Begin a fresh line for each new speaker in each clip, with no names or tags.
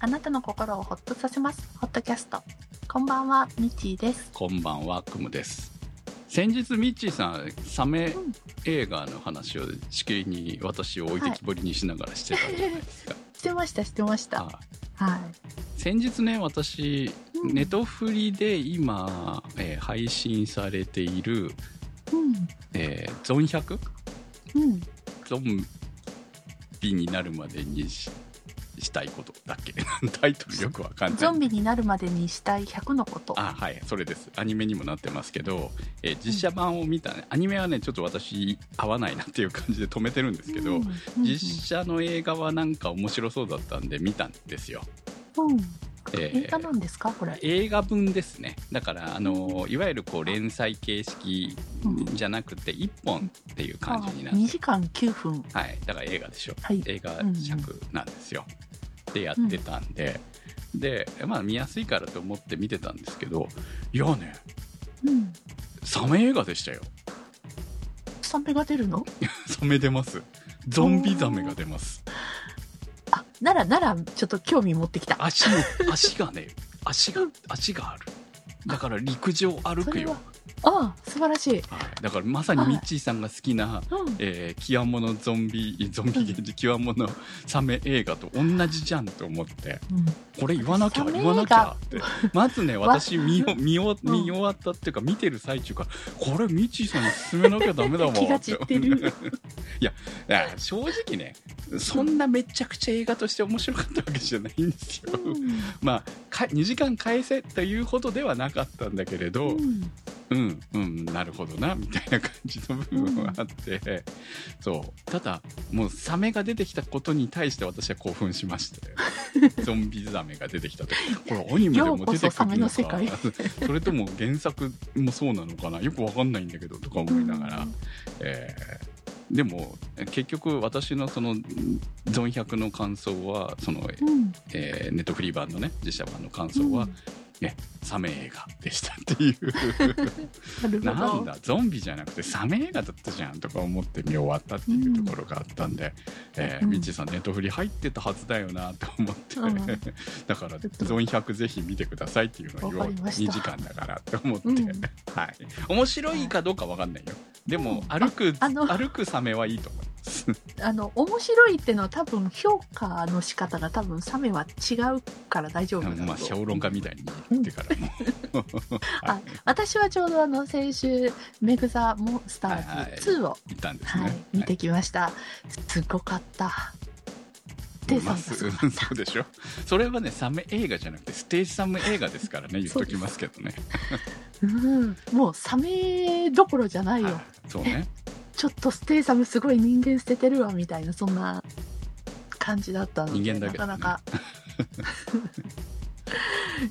あなたの心をほっとさせます。ホットキャスト。こんばんは、ミッチー です。
こんばんは、くむです。先日、ミッチーさん、サメ映画の話をしきりに私を置いてきぼりにしながらしてたじゃないですか。
してました、してました。
はい
はい。
先日ね、私、
うん
ネトフリで今、えー配信されている、
う
えーゾン 100?
ん。うん。
ゾンビになるまでにししたいことだっけ タイトルよくわかんない。
ゾンビになるまでにしたい100のこと。
あはいそれですアニメにもなってますけど、えー実写版を見たねアニメはねちょっと私合わないなっていう感じで止めてるんですけど、
うん、
実写の映画はなんか面白そうだったんで見たんですよ、
うん、
えー
映画なんですかこれ。
映画分ですねだからあのいわゆるこう連載形式じゃなくて1本っていう感じになって
2時間9分。
はい、だから映画でしょ、
はい
映画尺なんですよ、でやってたんで、でまあ見やすいからと思って見てたんですけどいやね
うん。
サメ映画でしたよ
サメが出るの
サメ出ますゾンビザメが出ます
あ、なら、なら、ちょっと興味持ってきた。
足の足がね足が足があるだから陸上歩くよ、
ああ、素晴らしい。
はい、だからまさにミッチーさんが好きな、
うん。
えー、極物ゾンビゾンビゲージ極物サメ映画と同じじゃんと思って
うん
これ言わなき
サ
ゃ
メ映画
言わなきゃってまずね
わ
私見よ見よ
うん
見終わったっていうか見てる最中からこれミチーさんに勧めなきゃダメだわ
気が散ってる
いやいや正直ねそんなめちゃくちゃ映画として面白かったわけじゃないんですよ、
うん
まあか2時間返せというほどではなかったんだけれど、
うん
うんうんなるほどなみたいな感じの部分はあって、そうただもうサメが出てきたことに対して私は興奮しまして ゾンビザメが出てきた時これアニメでも出て
ようこそ
くる
サメの
のか
世界
それとも原作もそうなのかなよくわかんないんだけどとか 思いながら、えーでも結局私のそのゾン100の感想はその、
うん。
えーネットフリー版のね実写版の感想は、サメ映画でしたっていう。
うん、なる
な
ほ
ん
ど。
だゾンビじゃなくてサメ映画だったじゃんとか思って見終わったっていうところがあったんで、えー
うん
ミッチーさんネットフリ入ってたはずだよなと思って、
うん
だから
ちょっと
ゾン100ぜひ見てくださいっていうのを言お
わ
う
かりました
2時間だからと思って、
うん
はい面白いかどうかわかんないよでも
うん
歩く
ああの
歩くサメはいいと思います
あの面白いってのは多分評価の仕方が多分サメは違うから大丈夫だと、
まあ評論家みたいに言ってからも
あ私はちょうどあの先週「メグザ・モンスタ
はいはい
ーズ2」を、
言ったんです
はい
ね、
見てきました、すごかったテイさん
まあ
がすごか
そ
っ
う
た
そうでしょそれはねサメ映画じゃなくてステージサメ映画で すからね言っときますけどね
うん、もうサメどころじゃないよ、
はい そうね
ちょっとステイサムすごい人間捨ててるわみたいなそんな感じだったので
人間だけどね
なか なか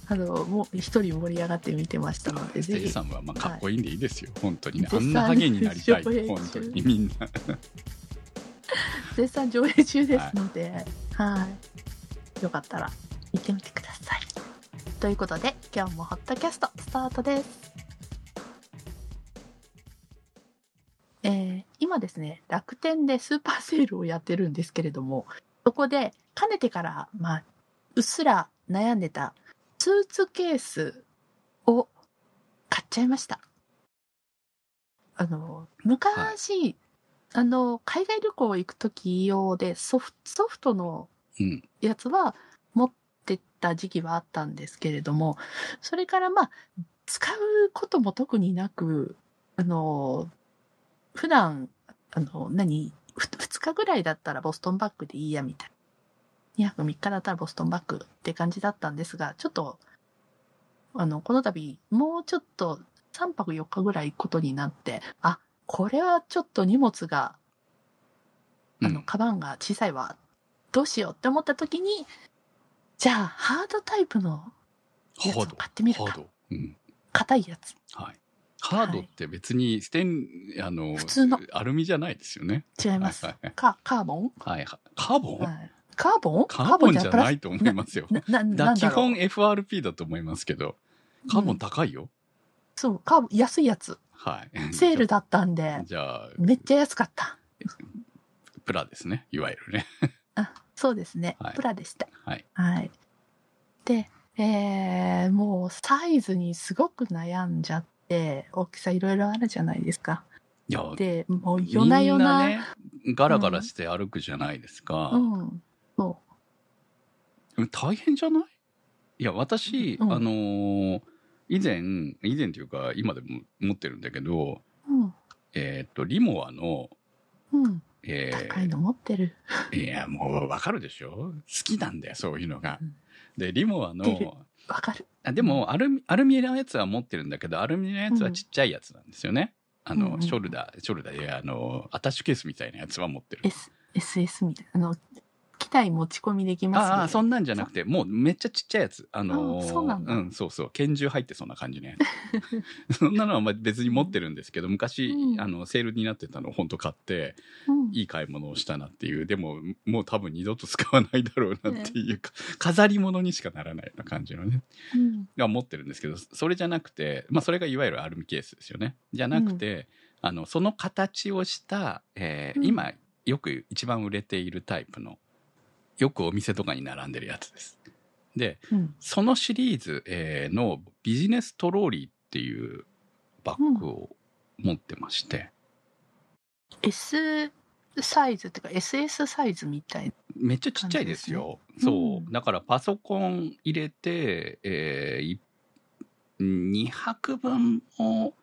あのもう一人盛り上がって見てましたので
ス
ぜ
テージ
ひ
さんはまあかっこいいんでいいですよ、本当にねあ
絶賛
んなハゲになりたい
上映中
本当にみんな
絶賛上映中ですので、はい、よかったら見てみてください。ということで今日もホットキャストスタートです。えー今ですね楽天でスーパーセールをやってるんですけれどもそこでかねてから、まあ、うっすら悩んでたスーツケースを買っちゃいました。あの昔、あの海外旅行行く時用でソフソフトの
うん
やつは持ってった時期はあったんですけれども、それからまあ、使うことも特になく、あの、普段、あの、何、ふ2日ぐらいだったらボストンバッグでいいや、みたいな。2泊3日だったらボストンバッグって感じだったんですが、ちょっと、あの、この度、もうちょっと3泊4日ぐらい行くことになって、あ、これはちょっと荷物が、あ
う
の、
ん
カバンが小さいわ、どうしようって思った時に、じゃあ、ハードタイプのやつ
ハ
を
ード
買ってみる
ハー
か。
ド、うん
硬いやつ。
はい、ハードって別にステンあの
普通の
アルミじゃないですよね
違います
はいはい。
カカーボン、
はいはカーボン、
はい、カーボン
カーボンじゃ
プラ
な
ス
いと思いますよ
な、な、
だ
なん
基
だろう
本 FRP だと思いますけどカーボ
う
ン
ん
高いよ、
そう、カーボン、安いやつ。
はい、
セールだったんで
じゃあ
めっちゃ安かった。
プラですねいわゆるね
あそうですね、
はい
プラでした。
はい
はい。で、えーもうサイズにすごく悩んじゃって、大きさいろいろあるじゃないですか。
いや、
で、もう
みん
夜な夜な、
ね、ガラガラして歩くじゃないですか。
うん。そ
大変じゃないいや、私、
うん
あのー以前、以前というか、今でも持ってるんだけど、
う。うん。
えーっと、リモアの、
うん。
えー
高いの持ってる。
いや、もうわかるでしょ好きなんだよ、そういうのが
うん。
で、リモア
出る
の、
わかる。
あでもアルミ、アルミのやつは持ってるんだけど、アルミのやつはちっちゃいやつなんですよね。あ
うんう
の、
ん
ショルダー、ショルダーで、あの、アタッシュケースみたいなやつは持ってる。
S、SS みたいな。あの、機体持ち込みできます
ああ、そ
ん
んなんじゃなくて、もうめっちゃちっちゃいやつ。あのー
あそうなんだ
うん、そうそう。拳銃入ってそんな感じね。 そんなのはまあ別に持ってるんですけど、昔、
うん
あの、セールになってたのを本当買って、
うん、
いい買い物をしたなっていう、でも、もう多分二度と使わないだろうなっていうか、飾り物にしかならないような感じのね。
うん
が持ってるんですけど、それじゃなくて、まあそれがいわゆるアルミケースですよね。じゃなくて、あの、その形をした、えー
うん
今、よく一番売れているタイプの、よくお店とかに並んでるやつです。で、
うん。
そのシリーズ、えーのビジネストローリーっていうバッグを持ってまして、
S サイズっていうか SS サイズみたい
めっちゃちっちゃいですよ。
感じですね
そうう。
ん
だからパソコン入れて、えーい2泊分も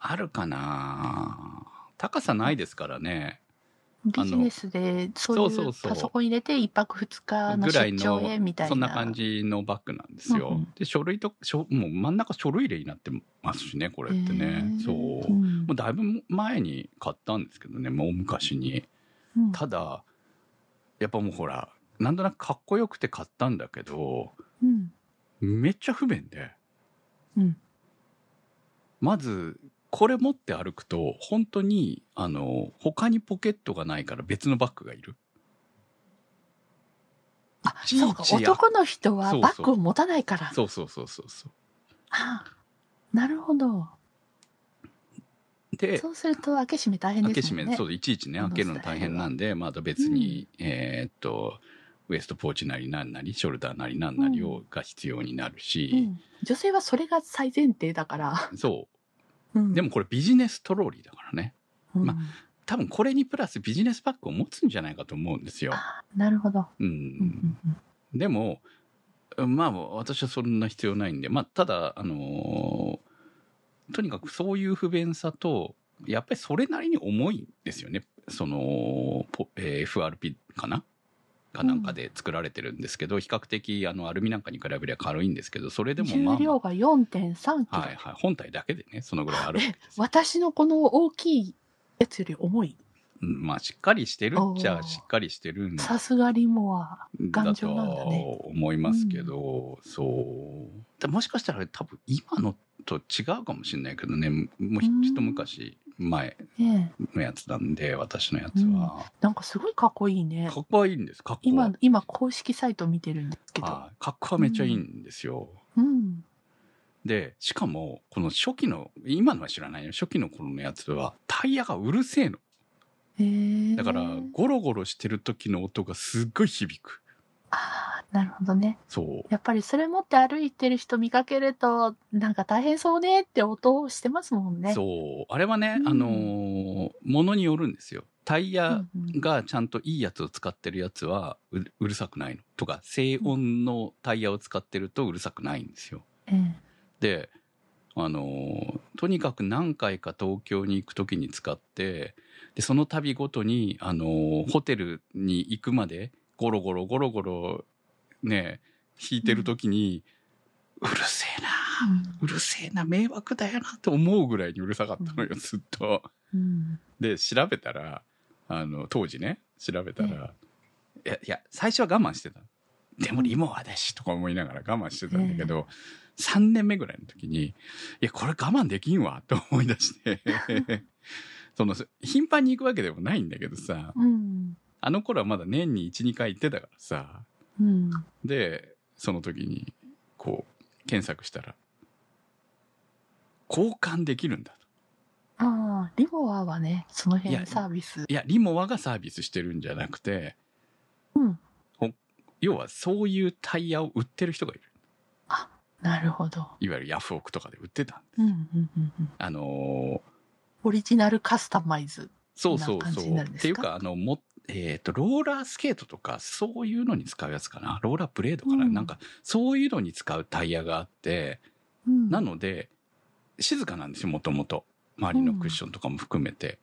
あるかな高さないですからね。
なビジネスでそうい
そうそう
う
そう
パソコン入れて一泊二日の
ぐら
出
い
張へみた
の、
いな
そんな感じのバッグなんですよ。
うんうん
で、書類と、書もう真ん中書類入れになってますしね、これってね。
へー
そう。も
ん
うだいぶ前に買ったんですけどね、もう昔に。
うん
ただ、やっぱもうほら、なんとなくかっこよくて買ったんだけど、
うん
めっちゃ不便で。
うん
まず、これ持って歩くと、本当に、あの、他にポケットがないから別のバッグがいる。
あ
いちいち
そうか男の人は
そうそう
バッグを持たないから
そうそうそうそうそ
あなるほど
う。で、
そうすると開け閉め大変
開
で
け
す
閉
もんね
め、そう、いちいちね、
こ
開
の
けるの大変なんで、また別に、えーっと、ウエストポーチなりなんなり、ショルダーなりなんなりを、が必要になる
う
し、
ん女性はそれが最前提だから、
そ
うん
う。でもこれビジネストローリーだからね。
うん
ま多分これにプラスビジネスバッグを持つんじゃないかと思うんですよ。
あなるほど、
う。
うんんうん
でも、まあ、私はそんな必要ないんで、まあ、ただ、あのーとにかくそういう不便さと、やっぱりそれなりに重いんですよね。その、ポえー FRP かなかなんかで作られてるんですけど、比較的、あの、アルミなんかに比べれば軽いんですけど、それでもまあ
重量
ま
が4 3キロ、
あ、はいはい。本体だけでね、そのぐら いあるわけですよ。
私のこの大きいやつより重い
うんまあ、しっかりしてるっち
お
ゃ、
ー
しっかりしてるんで
さすがリモア
だ
頑
と
丈なんだね
思いますけど、そう。でもしかしたら多分今のと違うかもしれないけどね、もう
うん
一昔前
ねえ
のやつなんで、私のやつは。
なんかすごいかっこいいね
かっこいいんです、かっこ
今今公式サイト見てるんですけど
はいかっこはめっちゃいいんですよ。
うん
で、しかも、この初期の、今のは知らないよ。初期の頃のやつは、タイヤがうるせえの。
へえ
だから、ゴロゴロしてる時の音がすっごい響く。
ああなるほどね
そう。
やっぱりそれ持って歩いてる人見かけるとなんか大変そうねって音をしてますもんねう、
そう。あれはね、
うん
あのーものによるんですよ。タイヤ、
んうん、
がちゃんといいやつを使ってるやつはううるさくないのとか静音のタイヤを使ってるとうるさくないんですよ。
ええ
であのーとにかく何回か東京に行く時に使ってでその度ごとに、あのーホテルに行くまでゴロゴロゴロゴロね弾いてる時に、うるせえなうるせえな迷惑だよなと思うぐらいにうるさかったのよずっと。
うん
で調べたらあの当時ね調べたら、いやいや最初は我慢してたでもリモアだしとか思いながら我慢してたんだけど、3年目ぐらいの時にいやこれ我慢できんわと思い出して その頻繁に行くわけでもないんだけどさ
うん
あの頃はまだ年に12回行ってたからさ
うん
でその時にこう検索したら交換できるんだと。
ああリモアはねその
いや
辺サービス
いやリモアがサービスしてるんじゃなくて
うん
要はそういうタイヤを売ってる人がいる。
なるほど。
いわゆるヤフオクとかで売ってたんです。
うんうんうんうん。
あのー
オリジナルカスタマイズ。
そうそう
こんな感
そう。
じになるん
っ
ですか
ていうか、あの、も、えっ、と、ローラースケートとか、そういうのに使うやつかな。ローラーブレードかな。
うん
なんか、そういうのに使うタイヤがあって、
うん、
なので、静かなんですよ、もともと。周りのクッションとかも含めて。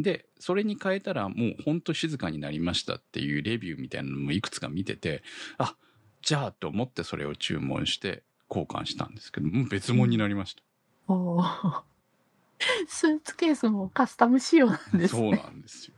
で、それに変えたら、もうほんと静かになりましたっていうレビューみたいなのもいくつか見てて、あ、じゃあと思ってそれを注文して交換したんですけど、もう別物になりました。
おー スーツケースもカスタム仕様なんです
そう
ね。
なんですよ。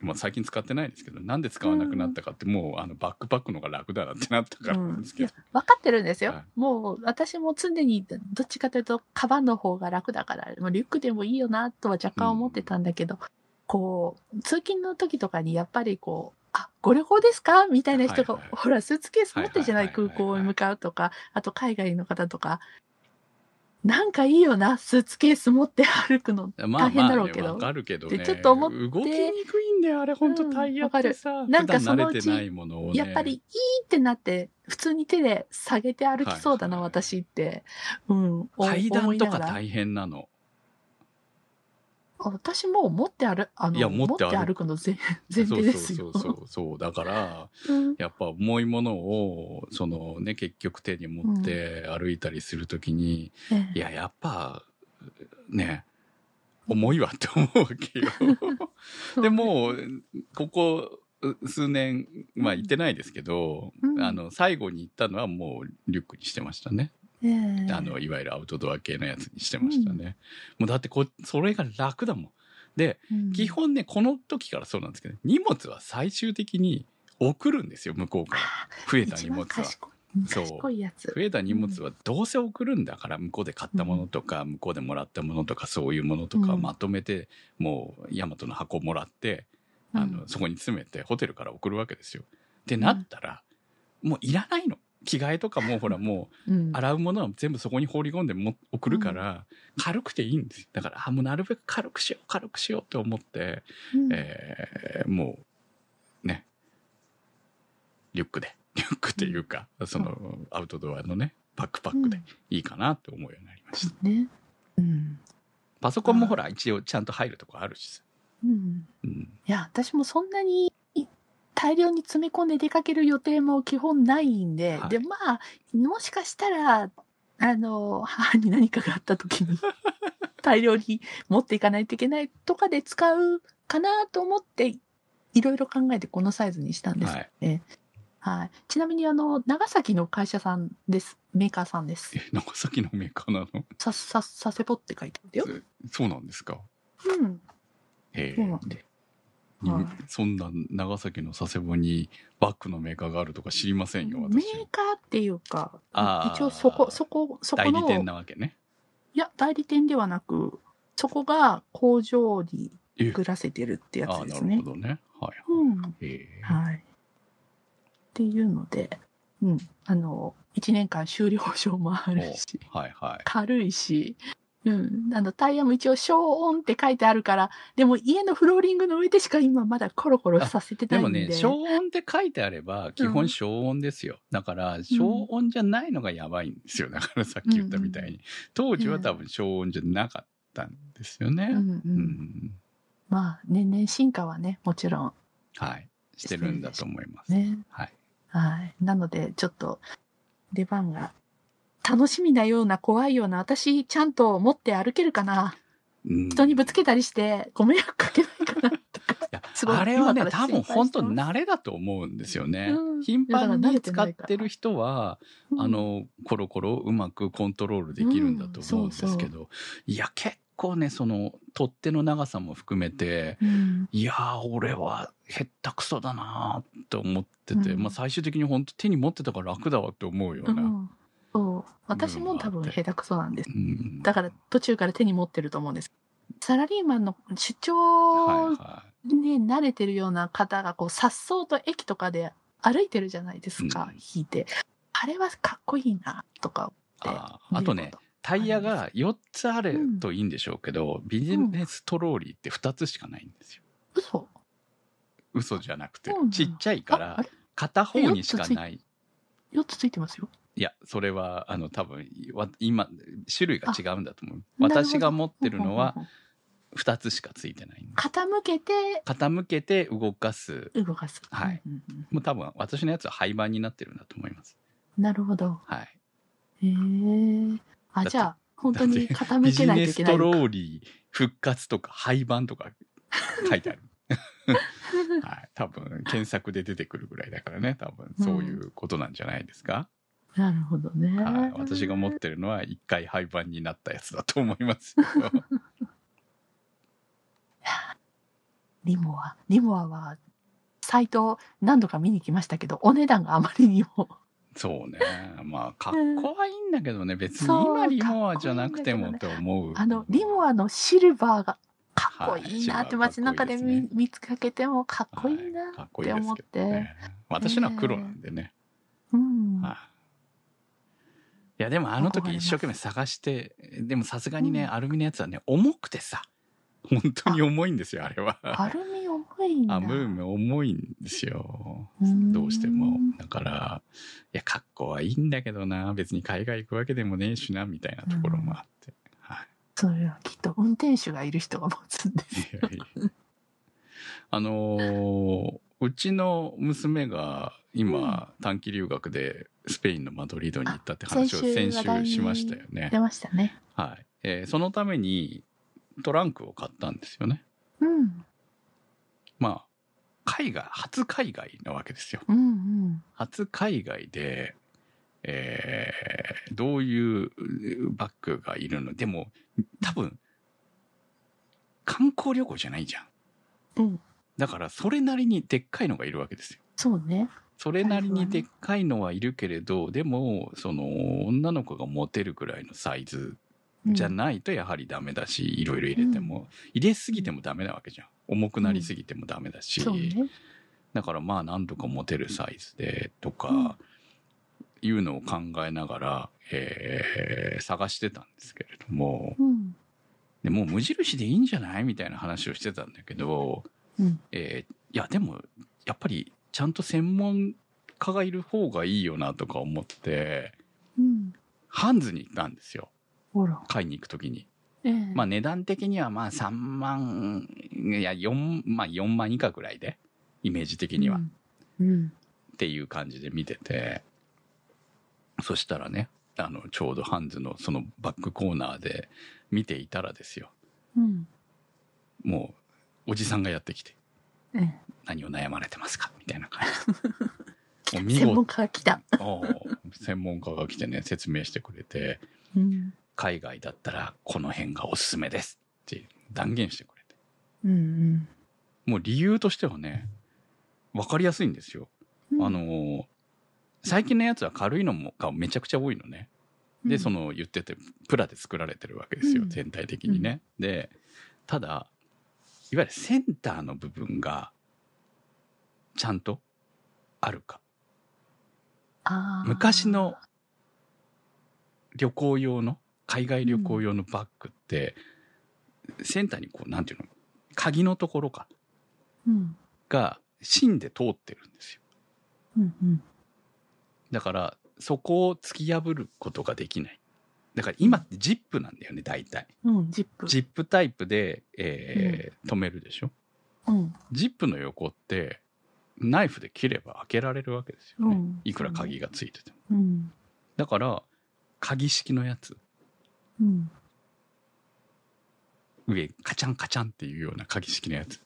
まあ最近使ってないですけど、なんで使わなくなったかって、もうあのバックパックの方が楽だなってなったからなんですけど。
分かってるんですよ。
はい
もう私も常にどっちかというとカバンの方が楽だから、もうリュックでもいいよなとは若干思ってたんだけど、こう、通勤の時とかにやっぱりこう、あ、ご旅行ですかみたいな人が、
はいはい
ほら、スーツケース持ってるじゃない、
はいはいはい
空
は
港へ
い
向かうとか、あと海外の方とか、なんかいいよな、スーツケース持って歩くの。
まあ
大変
ま
だ
あ
ろう
ね、
けど
わかるけど
で
ね。
ちょっと思って
動きにくいんだよ、あれ本当タイヤってさ、
んなんか
普
そ
段
の
慣
うち
れてないものをね。
やっぱりいいってなって、普通に手で下げて歩きそうだな、
はいはい
私って。うん、お
階
思
段
い
と
なが
から大変なの。
私も持って歩、あの、
いや
持
持っ
ってて
歩く
歩くの前 前提です
そ
よ
う。そうそうそう。だから、
うん
やっぱ重いものを、そのね、結局手に持って歩いたりするときに、
え
いや、やっぱ、ね、重いわって思うわけ よ。
え
で、もう、ここう数年、まあ行ってないですけど、
うん
あの、最後に行ったのはもうリュックにしてましたね。
ええ
あの、いわゆるアウトドア系のやつにしてましたね。もうだってこ、それが楽だもん。で、
うん
基本ね、この時からそうなんですけど、荷物は最終的に送るんですよ、向こうから。増えた荷
一番
物は。
賢いうん
そう
賢いやつ。
増えた荷物はどうせ送るんだから、向こうで買ったものとか、向こうでもらったものとか、そういうものとか
うん
まとめて、もう、ヤマトの箱もらって、
うん
あの、そこに詰めて、ホテルから送るわけですよ。ってなったら、もういらないの。着替えとかも、ほら、もう、
うん
洗うものは全部そこに放り込んでも送るから、軽くていいんですよ。だから、あ、もうなるべく軽くしよう、軽くしようって思って、
うん
えーもう、ね、リュックで、 リュックっていうか、その、アウトドアのね、バックパックでいいかなって思うようになりました。
うんね。うん。
パソコンもほら、一応ちゃんと入るとこあるしさ。
うん。
うん。
いや、私もそんなに大量に詰め込んで出かける予定も基本ないんで、
はい
で、まあ、もしかしたら、あの、母に何かがあった時 に、大量に持っていかないといけないとかで使うかなと思って、いろいろ考えてこのサイズにしたんです。
は
はい。
い。
ちなみに、あの、長崎の会社さんです。メーカーさんです
え。、長崎のメーカーなの
さ、さ、させぼって書いてあるよ。
そうなんですか。
うん。
へえ
そうなんです。
に
はい
そんな長崎の佐世保にバッグのメーカーがあるとか知りませんよ、
メー
私。
カーっていうか、
あー
一応そこ、そこ、そこ
代
の
理店なわけね。
いや、代理店ではなく、そこが工場に
え
作らせてるってや
ああ
つ
ー、
で
な
す
る
ね
ほ。どね。はい。
うん。
へえ
はい。っていうので、うん。あの、1年間修理保証もあるし、
はいはい。
軽いし、うん。あの、タイヤも一応消音って書いてあるから、でも家のフローリングの上でしか今まだコロコロさせて
で
ない
も
んで。
ね、消音って書いてあれば、基本消音ですよ。だから、消音じゃないのがやばいんですよ。だからさっき言ったみたいに。
うん
当時は多分消音じゃなかったんですよね。
うんう
うん
ん。まあ、年々進化はね、もちろん
はい。してるんだと思います。
ね。
はい。
はい。なので、ちょっと、出番が、楽しみなような、怖いような、私、ちゃんと持って歩けるかな。
うん
人にぶつけたりして、ご迷惑かけないかな、とか。
いや
すごい
あれはね、
今から
多分
心配
本
して
当
ます
慣れだと思うんですよね。
うん
頻繁
だから慣
に
れて
使
な
っ
いから
てる人は、あの、コロコロうまくコントロールできるんだと思うんですけ
うん
ど、いや、結構ね、その、取っ手の長さも含めて、
うん、
いやー、俺は、へったくそだなーって思ってて、
うん
まあ最終的に本当手に持ってたから楽だわって思うよ
う
うな。うん
ん。そう。私も多分、下手くそなんです。だから、途中から手に持ってると思うんです。サラリーマンの主
はい
張ね、
は
慣れてるような方が、こう、さっそうと駅とかで歩いてるじゃないですか、
うん
引いて。あれはかっこいいな、とか
い。あーあとね、、タイヤが4つあるといいんでしょうけど、ビジネストローリーって2つしかないんですよ。
嘘
嘘じゃなくて
そうな、の
ちっちゃいか
ああ
ら
れ、
片方にしかない。
4つついてますよ。
いや、それは、あの、多分、わ今、種類が違うんだと思う。
なるほど
私が持ってるのは
ほうほうほ
2つしかついてないうの。
傾けて
傾けて動かす。
動かす。
はい
うんうんうん
もう多分、私のやつは廃盤になってるんだと思います。
なるほど。
は
へ
い。
え。あ、
だって
じゃあ、本当に
だっ
傾
ビ
け
ジ
ない
ネ
といけ
ス
な
ト
い
ロ
のか。
ーリー復活とか廃盤とか書いてある。はい。多分、検索で出てくるぐらいだからね。多分、そういうことなんじゃないですか。
なるほどね。
はい。私が持ってるのは一回廃盤になったやつだと思いますよ。
リモア。リモアは、サイト何度か見に来ましたけど、お値段があまりにも。
そうね。まあ、格好はいいんだけどね。別に
そう
今リモアじゃなくてもと思う。
あの、リモアのシルバーがかっこいいな
はい
っ
シ
て
ルバー
街中で
かっこいい
見
です
見つかけてもかっこいいな
はかっ
っ
こいい
て
で
思
す
って。
けどね。私のは黒なんでね。
うん。
はいいや、でもあの
憧れま
時一
す
生懸命探して、でもさすがにね、
うん
アルミのやつはね、重くてさ、本当に重いんですよ、あれは。
アルミ重いんだ。
あ、ムーム重いんですよ。
うん
どうしても。だから、いや、格好はいいんだけどな、別に海外行くわけでもねえしな、みたいなところもあって。はい。
それはきっと運転手がいる人が持つんです。
いやいや あのーうちの娘が今、短期留学でスペインのマドリードに行ったって話を
あ先
先
週話題
週
に
しましたよね
出。ましたね。
はい。えーそのためにトランクを買ったんですよね。
うん。
まあ、海外、初海外なわけですよ。
うんうん。
初海外で、えーどういううバッグがいるのでも、多分、観光旅行じゃないじゃん。
うん。
だから、それなりにでっかいのがいるわけですよ。
そうね。
それなりにでっかいのはいるけれど、でも、その、女の子が持てるくらいのサイズ
うん
じゃないとやはりダメだし、いろいろ入れても、入れすぎてもダメなわけじゃん。重くなりすぎてもダメだし、
そうね。
だからまあ、なんとか持てるサイズで、と
うん
か、いうのを考えながら、えー探してたんですけれども、
うん。
でもう無印でいいんじゃないみたいな話をしてたんだけど、
うん
えーいやでもやっぱりちゃんと専門家がいる方がいいよなとか思って
うん。
ハンズに行ったんですよ
ほら。
買いに行く時に
ええ
まあ値段的にはまあ3万いや4まあ4万以下ぐらいでイメージ的には、
う
っ
んうん。
ていう感じで見ててそしたらねあのちょうどハンズのそのバックコーナーで見ていたらですよ
うん。
もうおじさんがやってきて
ええ
何を悩まれてますかみたいな感 じでもう見
専
事
門家が来た。
おう専門家が来てね説明してくれて
うん。
海外だったらこの辺がおすすめですって断言してくれて
うんうん。
もう理由としてはね分かりやすいんですよ、
うん
あの、ー最近のやつは軽いのもがめちゃくちゃ多いのねでその言っててプラで作られてるわけですよ、
うん
全体的にね、でただいわゆるセンターの部分がちゃんとあるか
あー
昔の旅行用の海外旅行用のバッグって、センターにこうなんていうの鍵のところか
うん
が芯で通ってるんですよ
うんうん
だからそこを突き破ることができないだから今ってジップなんだよね大体
うんジップ
ジップタイプで、えー止めるでしょ
うん
ジップの横ってナイフで切れば開けられるわけですよ
う
ね、
ん
いくら鍵がついてても
うん
だから鍵式のやつ
うん
上カチャンカチャンっていうような鍵式のやつ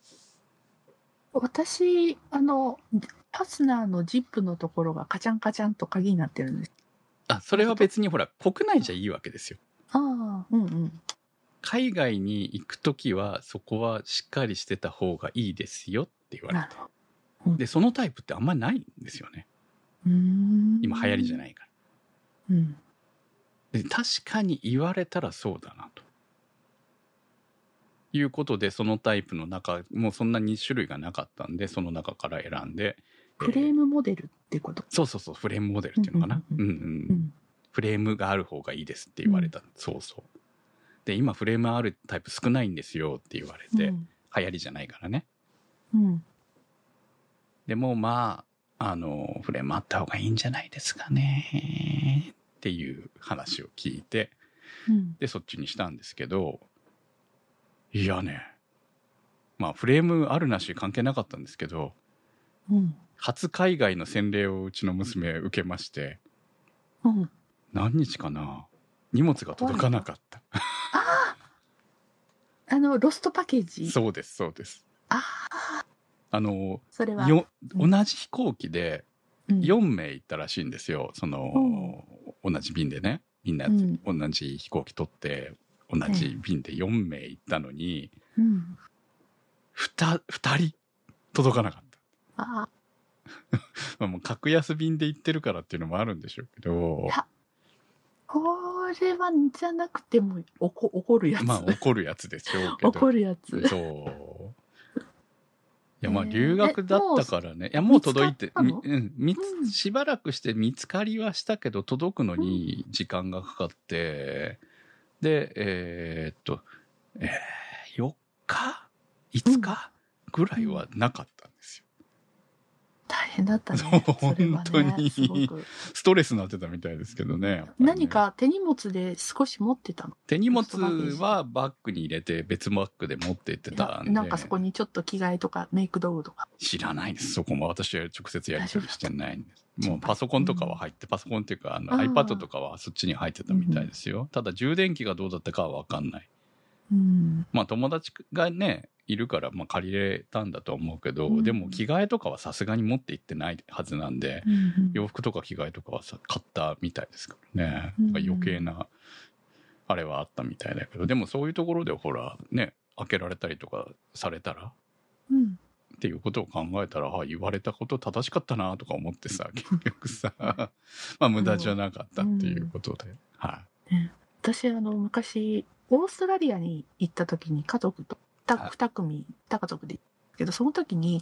私あのファスナーのジップのところがカチャンカチャンと鍵になってるんです
あそれは別にほら国内じゃいいわけですよ
ああうんうん
海外に行く時はそこはしっかりしてた方がいいですよって言われ
な
て
るほど
でそのタイプってあんまりないんですよね
うーん
今流行りじゃ
い
ないか
うん
らで確かに言われたらそうだなということでそのタイプの中もうそんなに種類がなかったんでその中から選んで
フレ
え
ー
ー
ムモデルってこと
そうそうそうフレームモデルっていうのかな
うん
うんうん
うん
フレームがある方がいいですって言われた、そうそうで今フレームあるタイプ少ないんですよって言われて、
うん
流行りじゃないからね
うん
でもまああの、フレームあった方がいいんじゃないですかね。っていう話を聞いて、
うん。
で、そっちにしたんですけど、いやね、まあフレームあるなし関係なかったんですけど、
うん。
初海外の洗礼をうちの娘受けまして、
うん。
何日かな荷物が届かなかった。
あの、ロストパッケージ。
そうです、そうです。
あ
あの、
それは。
よ、
うん
同じ飛行機で
うん、
4名行ったらしいんですよ。その、同じ便でね。みんな
うん
同じ飛行機取って、同じ便で4名行ったのに、
うん。
2、二人届かなかった。
あ
まあもう格安便で行ってるからっていうのもあるんでしょうけど
い、やこれは、じゃなくても、おこ、怒るやつ。
まあ怒るやつでしょうけど。
怒るやつ。
そう。いやまあ
えー
留学だったからね。いやもう届いて
見つ、かったの
みうん、みつ
うん
しばらくして見つかりはしたけど、届くのに時間がかかって、で、えーっと、えー、4日 ?5 日、ぐらいはなかったんですよ。
大変だったね。
そう
それはね
本当に
すごく
ストレスになってたみたいですけどね。やっぱりね
何か手荷物で少し持ってたの
手荷物はバッグに入れて別バッグで持って行ってたんで。
ななんかそこにちょっと着替えとかメイク道具とか。
知らないです。そこも私は直接やり取りしてないんです。もうパソコンとかは入って、パソコンっていうか、あの
あー
iPad とかはそっちに入ってたみたいですよ。ただ充電器がどうだったかはわかんない。
うん。
まあ友達がね、いるから、まあ借りれたんだと思うけど、
うん
でも着替えとかはさすがに持って行ってないはずなんで、
うん
洋服とか着替えとかはさ買ったみたいですからね。
うん
なんか余計な、あれはあったみたいだけど、でもそういうところでほら、ね、開けられたりとかされたら、
うん。
っていうことを考えたら、あ言われたこと正しかったなとか 思ってさ、結局さ、まあ無駄じゃなかったっていうことで、は
私、あの、昔、オーストラリアに行った時に家族と、
は
た
い
二組、二家族で行ったけど、その時に、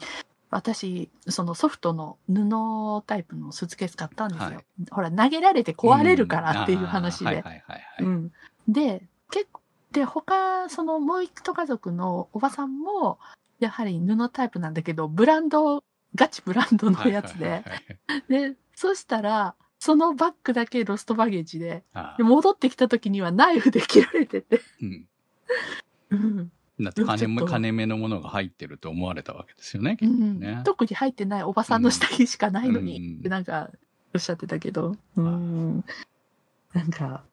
私、そのソフトの布タイプのスーツケース買ったんですよ。
はい
ほら、投げられて
い。
壊れるからっていう話
うんあー
で。
はいはいは
う
いはい。
ん。で、結構、で、他、そのもう一家族のおばさんも、やはり布タイプなんだけど、ブランド、ガチブランドのやつ
はいはい
で。
はいはい。
で、そしたら、そのバッグだけロストバゲージで、
あ
で
ー
戻ってきた時にはナイフで切られてて。
うん
うん。
だって金
ちょ
も
っと
金目のものが入ってると思われたわけですよね、
う
結局
ん
ね。
特に入ってないおばさんの下着しかないの
う
に、
ん
ってなんか、おっしゃってたけど。うん。なんか、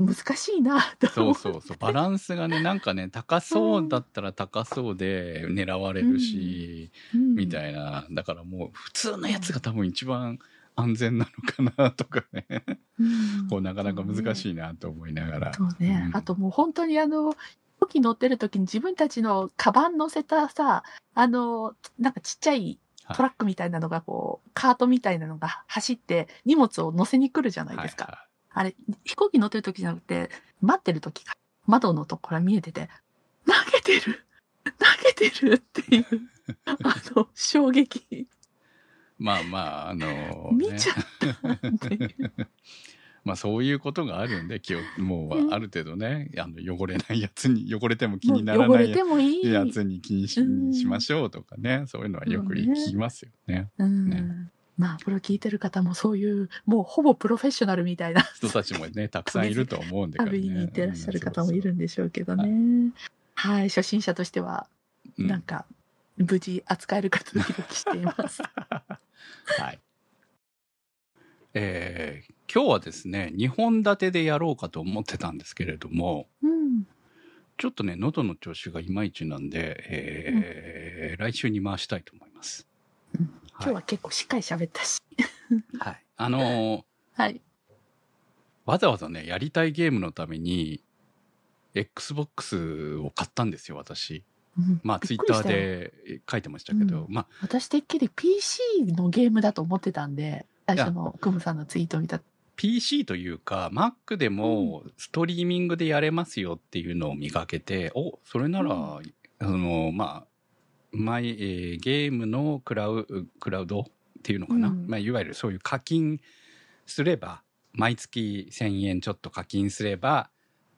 難しいな、と
そ
思
うそうそう。バランスがね、なんかね、高そうだったら高そうで狙われるし、
うん
みたいな。だからもう普通のやつが多分一番安全なのかなとかね。
うん
こうなかなか難しいなと思いながら。
そうね。
うん
あともう本当にあの、飛行機乗ってる時に自分たちのカバン乗せたさ、あの、なんかちっちゃい
はい
トラックみたいなのがこう、カートみたいなのが走って荷物を乗せに来るじゃないですか。
は
あれ、飛行機乗ってる時じゃなくて、待ってる時が、窓のところが見えてて、投げてる 投げてるって いう、あの、衝撃。
いはい、まあまあ、あの、
見ちゃっ
ね
たっていう。
まあそういうことがあるんで、気を、も
う
うんある程度ね、あの、汚れないやつに、 汚れても 気
も
になら
う汚
な
れ
い
てもいい。
やつに気にし
うん
しましょうとかね、そういうのはよく聞きますよね。
うん
ね
まあ、これを聞いてる方もそういう、もうほぼプロフェッショナルみたいな
人たちも ね、たくさんいると思うんでからね。
旅に行ってらっしゃる方もいるんでしょうけどね。はい、初心者としては、
うん
なんか、無事扱えるかドキドキしています。
はい。えー今日はですね、2本立てでやろうかと思ってたんですけれども、
うん。
ちょっとね、喉の調子がいまいちなんで、えー来週に回したいと思います。
うん今日
は
は結構しっかり喋ったし。
い。はいあのー
はい。
わざわざね、やりたいゲームのために、Xbox を買ったんですよ、私。
うん
まあ、ツ
びっ
イッ
くり
タ
し
ー
たよ
で書いてましたけど、
う
まあ、
私てっきり PC のゲームだと思ってたんで、最初のクムさんのツイートを見た。
PC というか、Mac でもストリーミングでやれますよっていうのを見かけて、お、それなら、
う
あの、まあ、マイ、えーゲームのクラウ、クラウドっていうのかな。
うん
まあ、いわゆるそういう課金すれば、毎月1000円ちょっと課金すれば、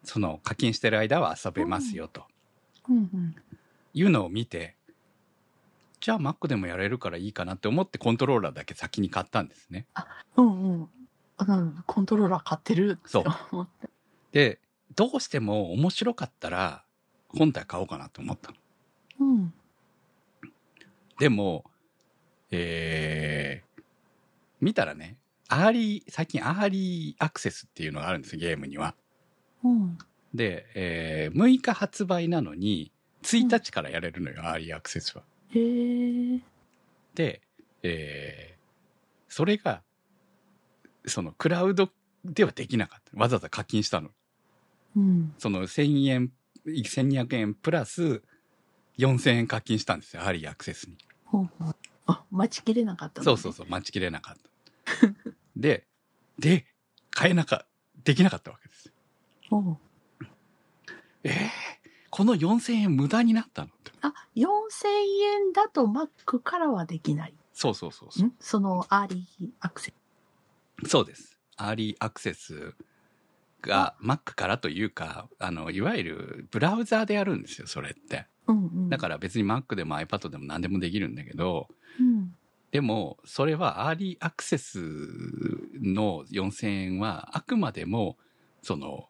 その課金してる間は遊べますよと
うんうん。
いうのを見て、じゃあ Mac でもやれるからいいかなって思ってコントローラーだけ先に買ったんですね。
うんうん。うん、コントローラー買ってるって
そう
思って。
で、どうしても面白かったら本体買おうかなと思ったの。
うん。
でも、えー、見たらね、アーリー、最近アーリーアクセスっていうのがあるんですよ、ゲームには。
うん。
で、えー、6日発売なのに、1日からやれるのよ、アーリーアクセスは。
へえ。
で、えーそれが、そのクラウドではできなかった。わざわざ課金したの。
うん。
その1000円、1200円プラス4000円課金したんですよ。アーリーアクセスに。
ほうほう。あ、待ちきれなかった。
そうそううそう、待ちきれなかった。 で、で、買えなか、できなかったわけですよ。
ほう
えーこの4000円無駄になったのって。
あ、4000円だと Mac からはできない。
そうそうそうそう。
んそのアーリーアクセ
そうです。アーリーアクセスが Mac からというか、あの、いわゆるブラウザーでやるんですよ、それって。
ス。うんうん。
だから別に Mac でも iPad でも何でもできるんだけど、
うん。
でも、それはアーリーアクセスの4000円は、あくまでも、その、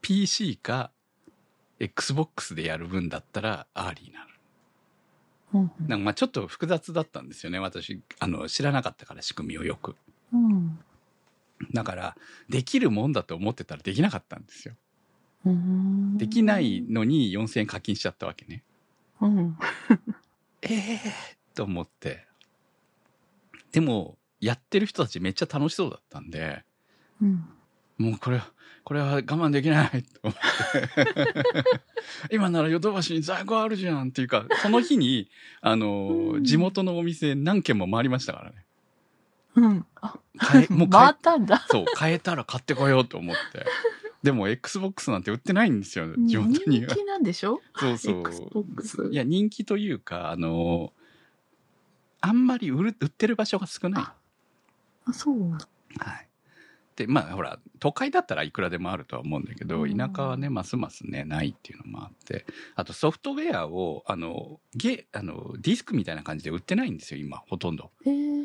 PC か Xbox でやる分だったらアーリーなの。
うん
なんかまあちょっと複雑だったんですよね、私。あの、知らなかったから仕組みをよく。
うん。
だから、できるもんだと思ってたらできなかったんですよ。
うん。
できない。のに4000円課金しちゃったわけね。
うん。
ええと思って。でも、やってる人たちめっちゃ楽しそうだったんで、
うん。
もうこれは、これは我慢できないと思って。 今ならヨドバシに在庫あるじゃんっていうか、その日に、あの、
うん
地元のお店何軒も回りましたからね。
うん。あ、
買え、もう
回
買え
っ、たんだ。
そう、買えたら買ってこようと 思って。でも Xbox なんて売ってないんですよ、地
人
元には。
気なんでしょ
そうそう。
Xbox
いや、人気というか、あの、あんまり売る売ってる場所が少な
ああ、そう。
い。はい。で、まあ、ほら、都会だったらいくらでもあるとは思うんだけど、
うん
田舎はね、ますますね、ないっていうのもあって、あとソフトウェアを、あの、ゲ、あの、ディスクみたいな感じで売ってないんですよ、今、ほとんど。
へえ。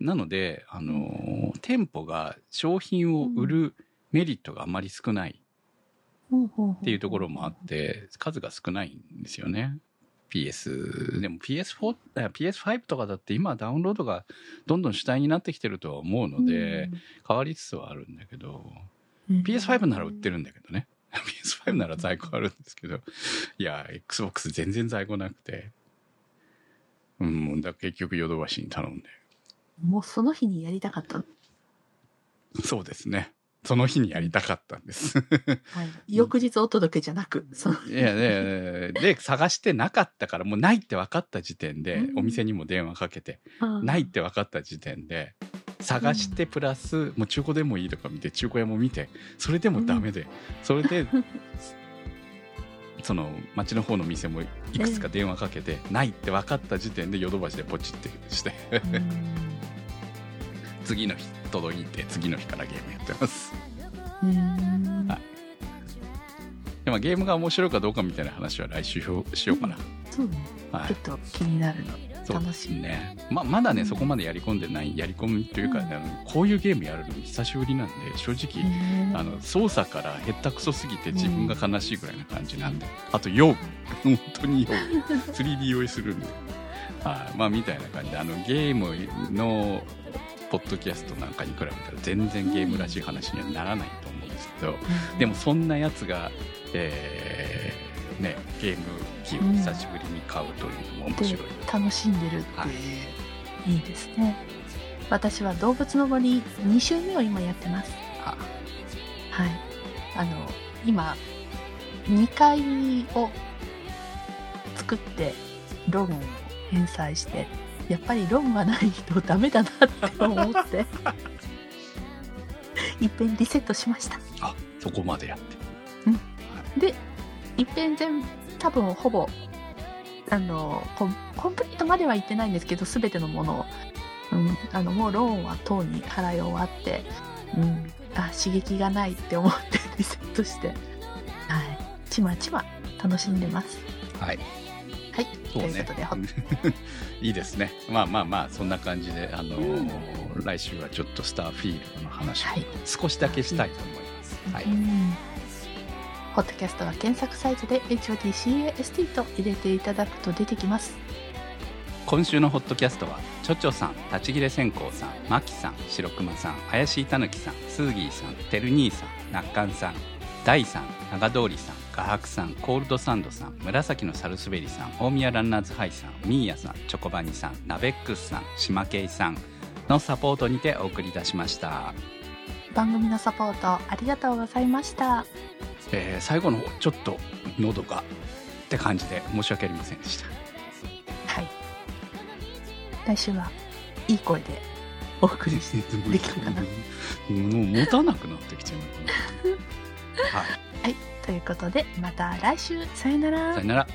なので、あの、店舗が商品を売るメリットがあまり少ない
っ
っていうところもあって、数が少ないんですよね。PS、でも PS4、あ PS5 とかだって今ダウンロードがどんどん主体になってきてるとは思うので、変わりつつはあるんだけど、
うん、
PS5 なら売ってるんだけどね。PS5 なら在庫あるんですけど、いや、Xbox 全然在庫なくて、うん、もうだ結局ヨドバシに頼んで。
もうその日にやりたかったの。
そうですね。その日にやりたかったんです。
はい、翌日お届けじゃなく、その
いやね、で、探してなかったから、もうないって分かった時点で、
うん
お店にも電話かけて、 ないっ。て分かった時点で、探してプラス、もう中古でもいいとか見て、中古屋も見て、それでもダメで、それ で、その、町の方の店もいくつか電話かけて、ないって分かった時点で、ヨドバシでポチってして、
うん
次の日届いて、次の日からゲームやってます。
うん
はいでまあ、ゲームが面白いかどうかみたいな話は来週しようしようかな。
そうね。
はい
ちょっ。と気になるの。
そう
楽
で
し
す
み
ね、ままだねそこまでやり込んでないやり込むというか、
うん
あのこういうゲームやるの久しぶりなんで正直、あの操作からへったくそすぎて自分が悲しいぐらいな感じなんで、あと用具本当に用具 3D 用意するんではいまあみたいな感じであのゲームのポッドキャストなんかに比べたら全然ゲームらしい話にはならないと思うんですけどでもそんなやつが、えーね、ゲーム機を久しぶりに買うというのも面白い。
楽しんでるって、、
はい
いですね私は動物の森2週目を今やってます
あ
はいあの今2階を作ってローンを返済してやっぱりローンがない人ダメだなって思って いっぺんリセットしました
あそこまでやって
で一遍全多分ほぼあのコンコンプリートまでは行ってないんですけど全てのものを、うん、あのもうローンはとうに払い終わって、うん、あ刺激がないって思ってリセットして、はい、ちまちま楽しんでます
はい
はい。
そう
という
ね
ことでほん。
いいですね。まあまあまあ、そんな感じで、あのー
う
来週はちょっとスターフィールドの話を
はい
少しだけしたいと思います。はい。
うんポッドキャストは検索サイトで HODCAST と入れていただくと出てきます。
今週のホットキャストは、ちょちょさん、立ち切れ線香さん、まきさん、白熊さん、怪しいたぬきさん、スーギーさん、てる兄さん、なっかんさん、大さん、長通りさん、画伯さん、コールドサンドさん、紫のサルスベリさん、大宮ランナーズハイさん、ミーヤさん、チョコバニさん、ナベックスさん、しまけいさんのサポートにてお送りいたしました。
番組のサポートありがとうございました。
えー最後の方ちょっと喉がって感じで申し訳ありませんでした
はい。来週はいい声でお送りして。できるかな
もう持たなくなってきちゃうはい
ということで、また来週、さよなら
さよ。なら